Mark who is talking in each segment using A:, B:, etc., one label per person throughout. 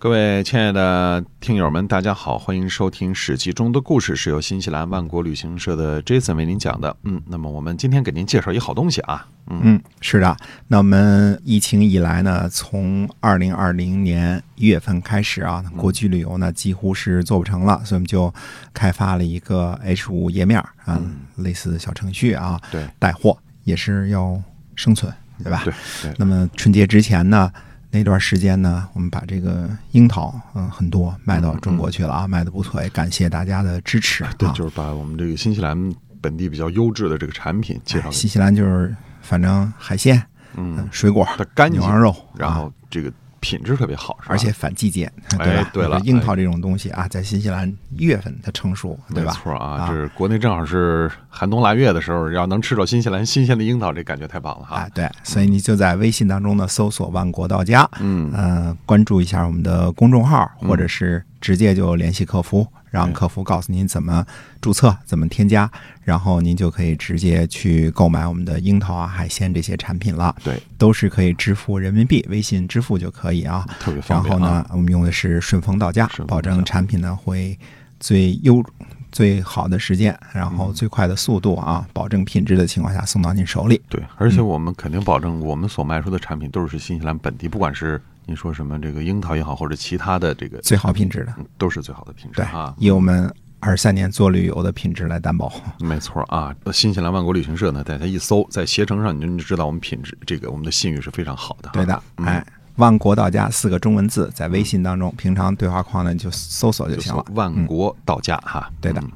A: 各位亲爱的听友们，大家好，欢迎收听《史记》中的故事，是由新西兰万国旅行社的 Jason 为您讲的。嗯，那么我们今天给您介绍一好东西啊，
B: 嗯，是的。那我们疫情以来呢，从二零二零年一月份开始啊，国际旅游呢几乎是做不成了，所以我们就开发了一个 H 五页面啊，类似的小程序啊，
A: 嗯对
B: 带货也是要生存，对吧？
A: 对对，
B: 那么春节之前呢，那段时间呢，我们把这个樱桃，嗯、很多卖到中国去了啊，卖的不错，也感谢大家的支持啊。
A: 对，就是把我们这个新西兰本地比较优质的这个产品介绍给
B: 哎新西兰就是反正海鲜、
A: 嗯，
B: 嗯水果、
A: 它干净
B: 牛，羊肉，
A: 然
B: 啊
A: 后这个品质特别好，是吧
B: 而且反季节，对吧？
A: 对了哎
B: 就是樱桃这种东西啊，在新西兰一月份它成熟，对
A: 没
B: 吧？
A: 错啊，
B: 啊
A: 这是国内正好是寒冬腊月的时候，要能吃到新西兰新鲜的樱桃，这感觉太棒了哈
B: 啊，。对，所以你就在微信当中呢搜索“万国到家”，
A: 嗯
B: 呃，关注一下我们的公众号，或者是直接就联系客服，让客服告诉您怎么注册、怎么添加，然后您就可以直接去购买我们的樱桃啊、海鲜这些产品了，
A: 对，
B: 都是可以支付人民币，微信支付就可以啊。
A: 特别
B: 然
A: 方便、
B: 后
A: 啊。
B: 呢，我们用的是顺丰到家
A: 顺，丰
B: 保证产品呢会最优、最好的时间，然
A: 嗯
B: 后最快的速度啊，保证品质的情况下送到您手里。
A: 对，而
B: 嗯
A: 且我们肯定保证，我们所卖出的产品都是新西兰本地，不管是您说什么这个樱桃也好，或者其他的这个，
B: 最好品质的，
A: 嗯都是最好的品质
B: 对
A: 啊，。
B: 以我们二三年做旅游的品质来担保。
A: 没错啊，新西兰万国旅行社呢，大家一搜，在携程上你就你就知道我们品质这个我们的信誉是非常好的。
B: 对的，
A: 嗯
B: 哎，万国到家四个中文字在微信当中，平常对话框呢你就搜索就
A: 就
B: 行
A: 行
B: 了
A: 了。，万国到家哈。
B: 对的
A: 嗯，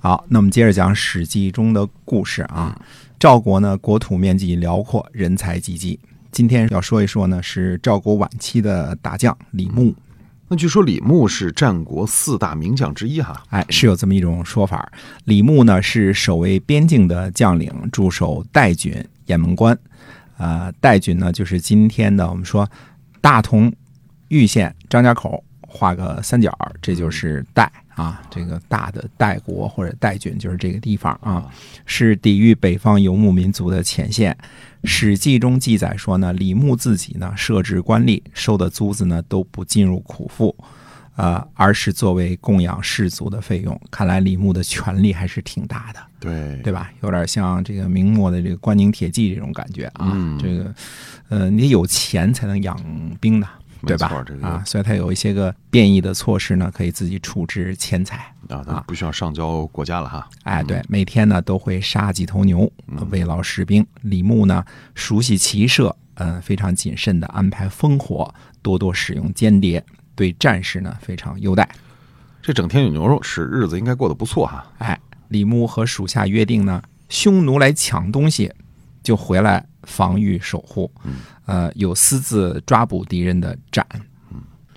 B: 好，那我们接着讲《史记》中的故事
A: 嗯
B: 啊。赵国呢，国土面积辽阔，人才济济。今天要说一说呢，是赵国晚期的大将李牧。
A: 那据说李牧是战国四大名将之一哈。
B: 哎，是有这么一种说法儿。李牧呢是守卫边境的将领，驻守代郡、雁门关。呃，代郡呢就是今天的我们说大同、玉县、张家口画个三角儿，这就是代啊，这个大的代国或者代郡就是这个地方啊，是抵御北方游牧民族的前线。《史记》中记载说呢，李牧自己呢设置官吏，收的租子呢都不进入库赋，呃，而是作为供养士族的费用。看来李牧的权力还是挺大的，
A: 对
B: 对吧？有点像这个明末的这个关宁铁骑这种感觉啊。
A: 嗯
B: 这个，呃，你得有钱才能养兵的，
A: 没
B: 对
A: 错
B: 吧？
A: 这个
B: 啊，所以他有一些个变异的措施呢，可以自己处置钱财。
A: 啊，那不需要上交国家了哈。
B: 哎，对，每天呢都会杀几头牛，呃
A: 嗯
B: 慰劳士兵。李牧呢熟悉骑射，嗯、非常谨慎地安排烽火，多多使用间谍，对战士呢非常优待。
A: 这整天有牛肉吃，日子应该过得不错哈。
B: 哎，李牧和属下约定呢，匈奴来抢东西，就回来防御守护，呃，有私自抓捕敌人的斩。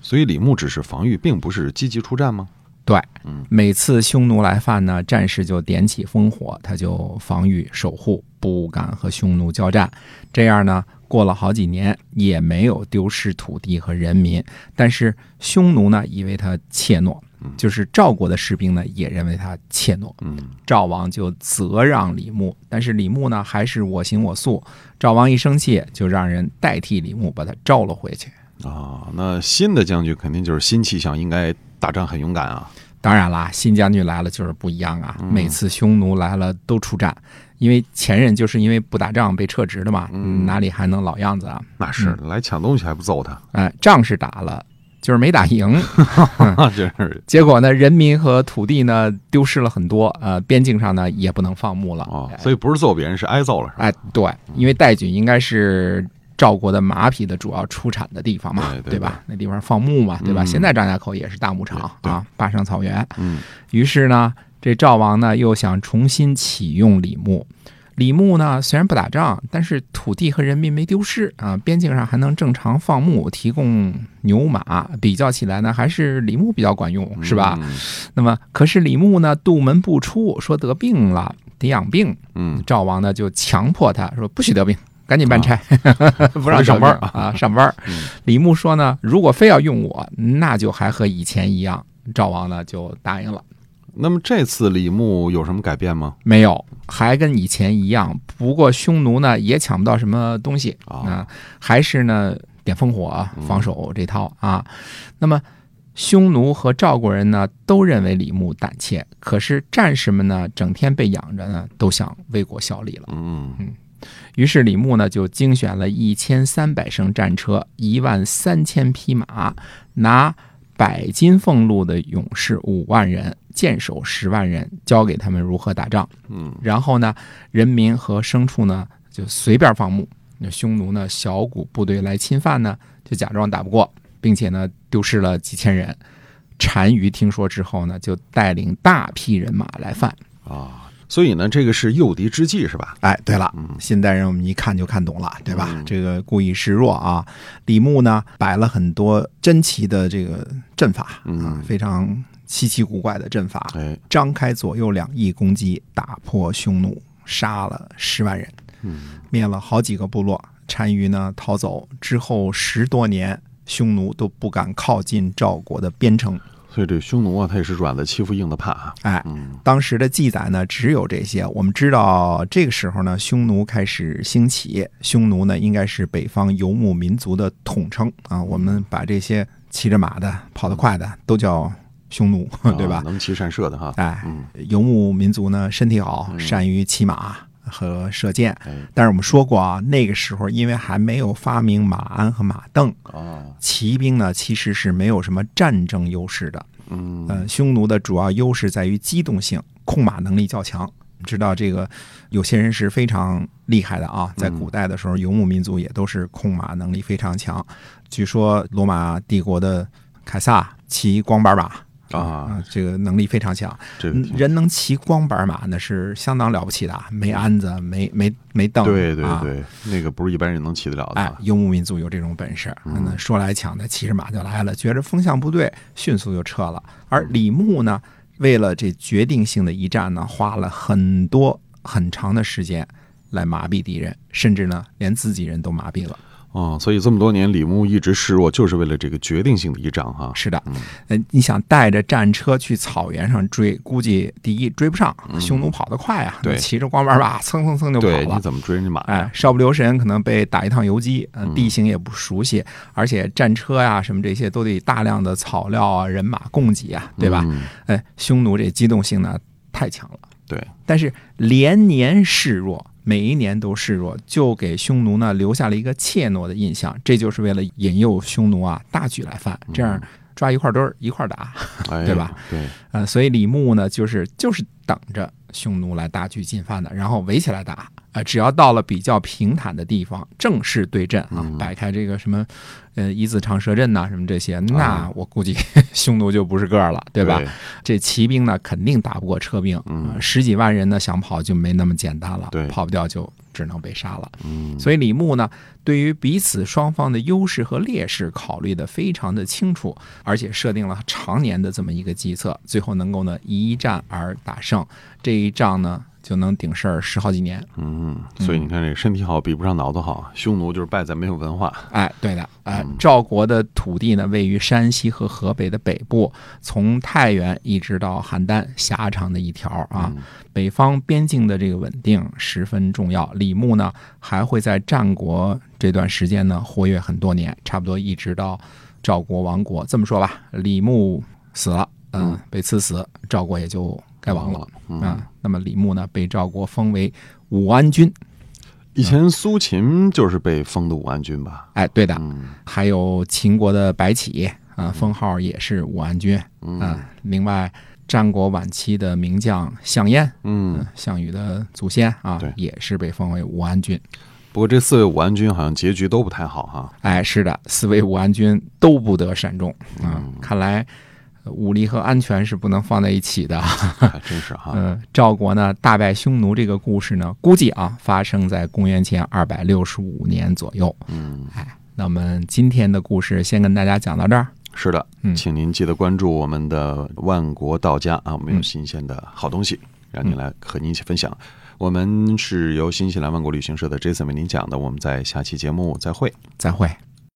A: 所以李牧只是防御，并不是积极出战吗？
B: 对
A: 嗯，
B: 每次匈奴来犯呢，战士就点起烽火，他就防御守护，不敢和匈奴交战。这样呢，过了好几年也没有丢失土地和人民，但是匈奴呢，以为他怯懦，就是赵国的士兵呢，也认为他怯懦。
A: 嗯，
B: 赵王就责让李牧，但是李牧呢还是我行我素。赵王一生气，就让人代替李牧把他召了回去。
A: 啊，那新的将军肯定就是新气象，应该打仗很勇敢啊。
B: 当然啦，新将军来了就是不一样啊，每次匈奴来了都出战，因为前任就是因为不打仗被撤职的嘛，哪里还能老样子啊？
A: 那是来抢东西还不揍他，
B: 哎，仗是打了，就是没打赢。
A: 那真啊是
B: 结果呢，人民和土地呢丢失了很多，呃，边境上呢也不能放牧了。
A: 啊！所以不是揍别人，是挨揍了，是吧？
B: 哎，对，因为代郡应该是赵国的马匹的主要出产的地方嘛，
A: 对对
B: 吧？那地方放牧嘛，对吧？
A: 嗯
B: 现在张家口也是大牧场啊，坝上草原。
A: 嗯，
B: 于是呢，这赵王呢又想重新启用李牧。李牧呢虽然不打仗，但是土地和人民没丢失啊，边境上还能正常放牧，提供牛马。比较起来呢，还是李牧比较管用，是
A: 嗯
B: 吧？那么，可是李牧呢杜门不出，说得病了，得养病。
A: 嗯？嗯，
B: 赵王呢就强迫他说不许得病，赶紧办差， 不让
A: 啊上班儿
B: 小兵啊，上班儿
A: 嗯。
B: 李牧说呢，如果非要用我，那就还和以前一样。赵王呢就答应了，
A: 那么这次李牧有什么改变吗？
B: 没有，还跟以前一样。不过匈奴呢也抢不到什么东西，
A: 啊，
B: 啊，还是呢点烽火啊
A: 嗯
B: 防守这套啊。那么匈奴和赵国人呢都认为李牧胆怯，可是战士们呢整天被养着呢，都想为国效力了。
A: 嗯，
B: 于是李牧呢就精选了一千三百乘战车、一万三千匹马，拿百金俸禄的勇士五万人、箭手十万人，教给他们如何打仗。
A: 嗯，
B: 然后呢，人民和牲畜呢就随便放牧。那匈奴呢小股部队来侵犯呢，就假装打不过，并且呢丢失了几千人。单于听说之后呢，就带领大批人马来犯。
A: 啊，所以呢，这个是诱敌之计是吧？
B: 哎，对了，
A: 嗯
B: 现代人我们一看就看懂了，对吧？
A: 嗯
B: 这个故意示弱啊，李牧呢摆了很多珍奇的这个阵法啊
A: 嗯，
B: 非常稀奇古怪的阵法，
A: 哎，
B: 张开左右两翼攻击，打破匈奴，杀了十万人，
A: 嗯，
B: 灭了好几个部落。单于呢逃走之后十多年，匈奴都不敢靠近赵国的边城。
A: 所以这匈奴啊，他也是软的欺负硬的怕啊。
B: 哎，
A: 嗯
B: 当时的记载呢，只有这些。我们知道，这个时候呢，匈奴开始兴起。匈奴呢，应该是北方游牧民族的统称
A: 嗯
B: 啊。我们把这些骑着马的、跑得快的都叫匈奴， 嗯对
A: 啊
B: 吧？
A: 能骑善射的哈。
B: 哎，
A: 嗯，
B: 游牧民族呢，身体好，
A: 嗯
B: 善于骑马和射箭。
A: 哎，
B: 但是我们说过啊，那个时候因为还没有发明马鞍和马镫，
A: 哦，
B: 骑兵呢其实是没有什么战争优势的。
A: 嗯，
B: 呃，匈奴的主要优势在于机动性，控马能力较强。知道这个有些人是非常厉害的
A: 嗯
B: 啊，在古代的时候，游牧民族也都是控马能力非常强。据说罗马帝国的凯撒骑光板马
A: 啊，
B: 啊，这个能力非常强。
A: 这个
B: 嗯
A: 挺
B: 人能骑光板马那是相当了不起的啊，没鞍子，没没没凳，
A: 对对
B: 啊
A: 对，那个不是一般人能骑得了的
B: 哎
A: 啊。，
B: 游牧民族有这种本事，
A: 嗯
B: 那说来抢的骑着马就来了，觉着风向不对，迅速就撤了。而李牧呢，为了这决定性的一战呢，花了很多很长的时间来麻痹敌人，甚至呢连自己人都麻痹了。
A: 哦，所以这么多年，李牧一直示弱，就是为了这个决定性的一仗哈。
B: 是的
A: 嗯，
B: 嗯，你想带着战车去草原上追，估计第一追不上，匈奴跑得快啊，
A: 对
B: 骑着光板马蹭蹭蹭就跑
A: 对，
B: 了
A: 你。怎么追人家马？
B: 哎，稍不留神可能被打一趟游击，呃，
A: 嗯
B: 地形也不熟悉，而且战车呀、什么这些都得大量的草料啊、人马供给啊，对吧？
A: 嗯
B: 哎，匈奴这机动性呢太强了，
A: 对，
B: 但是连年示弱，每一年都示弱，就给匈奴呢留下了一个怯懦的印象，这就是为了引诱匈奴啊大举来犯，这
A: 嗯
B: 样抓一块堆儿一块儿打，
A: 哎，
B: 对吧？
A: 对，
B: 呃，所以李牧呢，就是就是等着匈奴来大举进犯的，然后围起来打。呃，只要到了比较平坦的地方，正式对阵啊，
A: 嗯
B: 摆开这个什么，呃，一字长蛇阵呐、什么这些，那我估计 匈奴就不是个儿了，对吧？这骑兵呢，肯定打不过车兵，
A: 嗯
B: 呃十几万人呢，想跑就没那么简单了，
A: 对
B: 跑不掉就只能被杀了。
A: 嗯，
B: 所以李牧呢，对于彼此双方的优势和劣势考虑的非常的清楚，而且设定了常年的这么一个计策，最后能够呢一战而打胜，这一仗呢就能顶事儿十好几年。
A: 嗯，所以你看，这身体好比不上脑子好，匈奴就是败在没有文化。
B: 哎，对的，哎，赵国的土地呢位于山西和河北的北部，从太原一直到邯郸，狭长的一条啊。北方边境的这个稳定十分重要。李牧呢还会在战国这段时间呢活跃很多年，差不多一直到赵国亡国。这么说吧，李牧死了，嗯，被赐死，赵国也就该亡了。
A: 嗯，
B: 啊，那么李牧呢，被赵国封为武安君。
A: 以前苏秦就是被封的武安君吧？
B: 哎，对的，
A: 嗯
B: 还有秦国的白起啊、封号也是武安君啊、
A: 嗯
B: 另外，战国晚期的名将项燕，
A: 嗯。
B: 项羽的祖先啊
A: 对，
B: 也是被封为武安君。
A: 不过这四位武安君好像结局都不太好 哈。
B: 哎，是的，四位武安君都不得善终啊、
A: 嗯
B: 看来。呃武力和安全是不能放在一起的。
A: 还真是哈。
B: 呃，赵国呢大败匈奴这个故事呢，估计啊发生在公元前二百六十五年左右。
A: 嗯，
B: 哎，那我们今天的故事先跟大家讲到这儿。
A: 是的，
B: 嗯
A: 请您记得关注我们的万国道家啊，我们有新鲜的好东西，让您来和您一起分享。我们是由新西兰万国旅行社的 Jason 为您讲的，我们在下期节目再会。
B: 再会。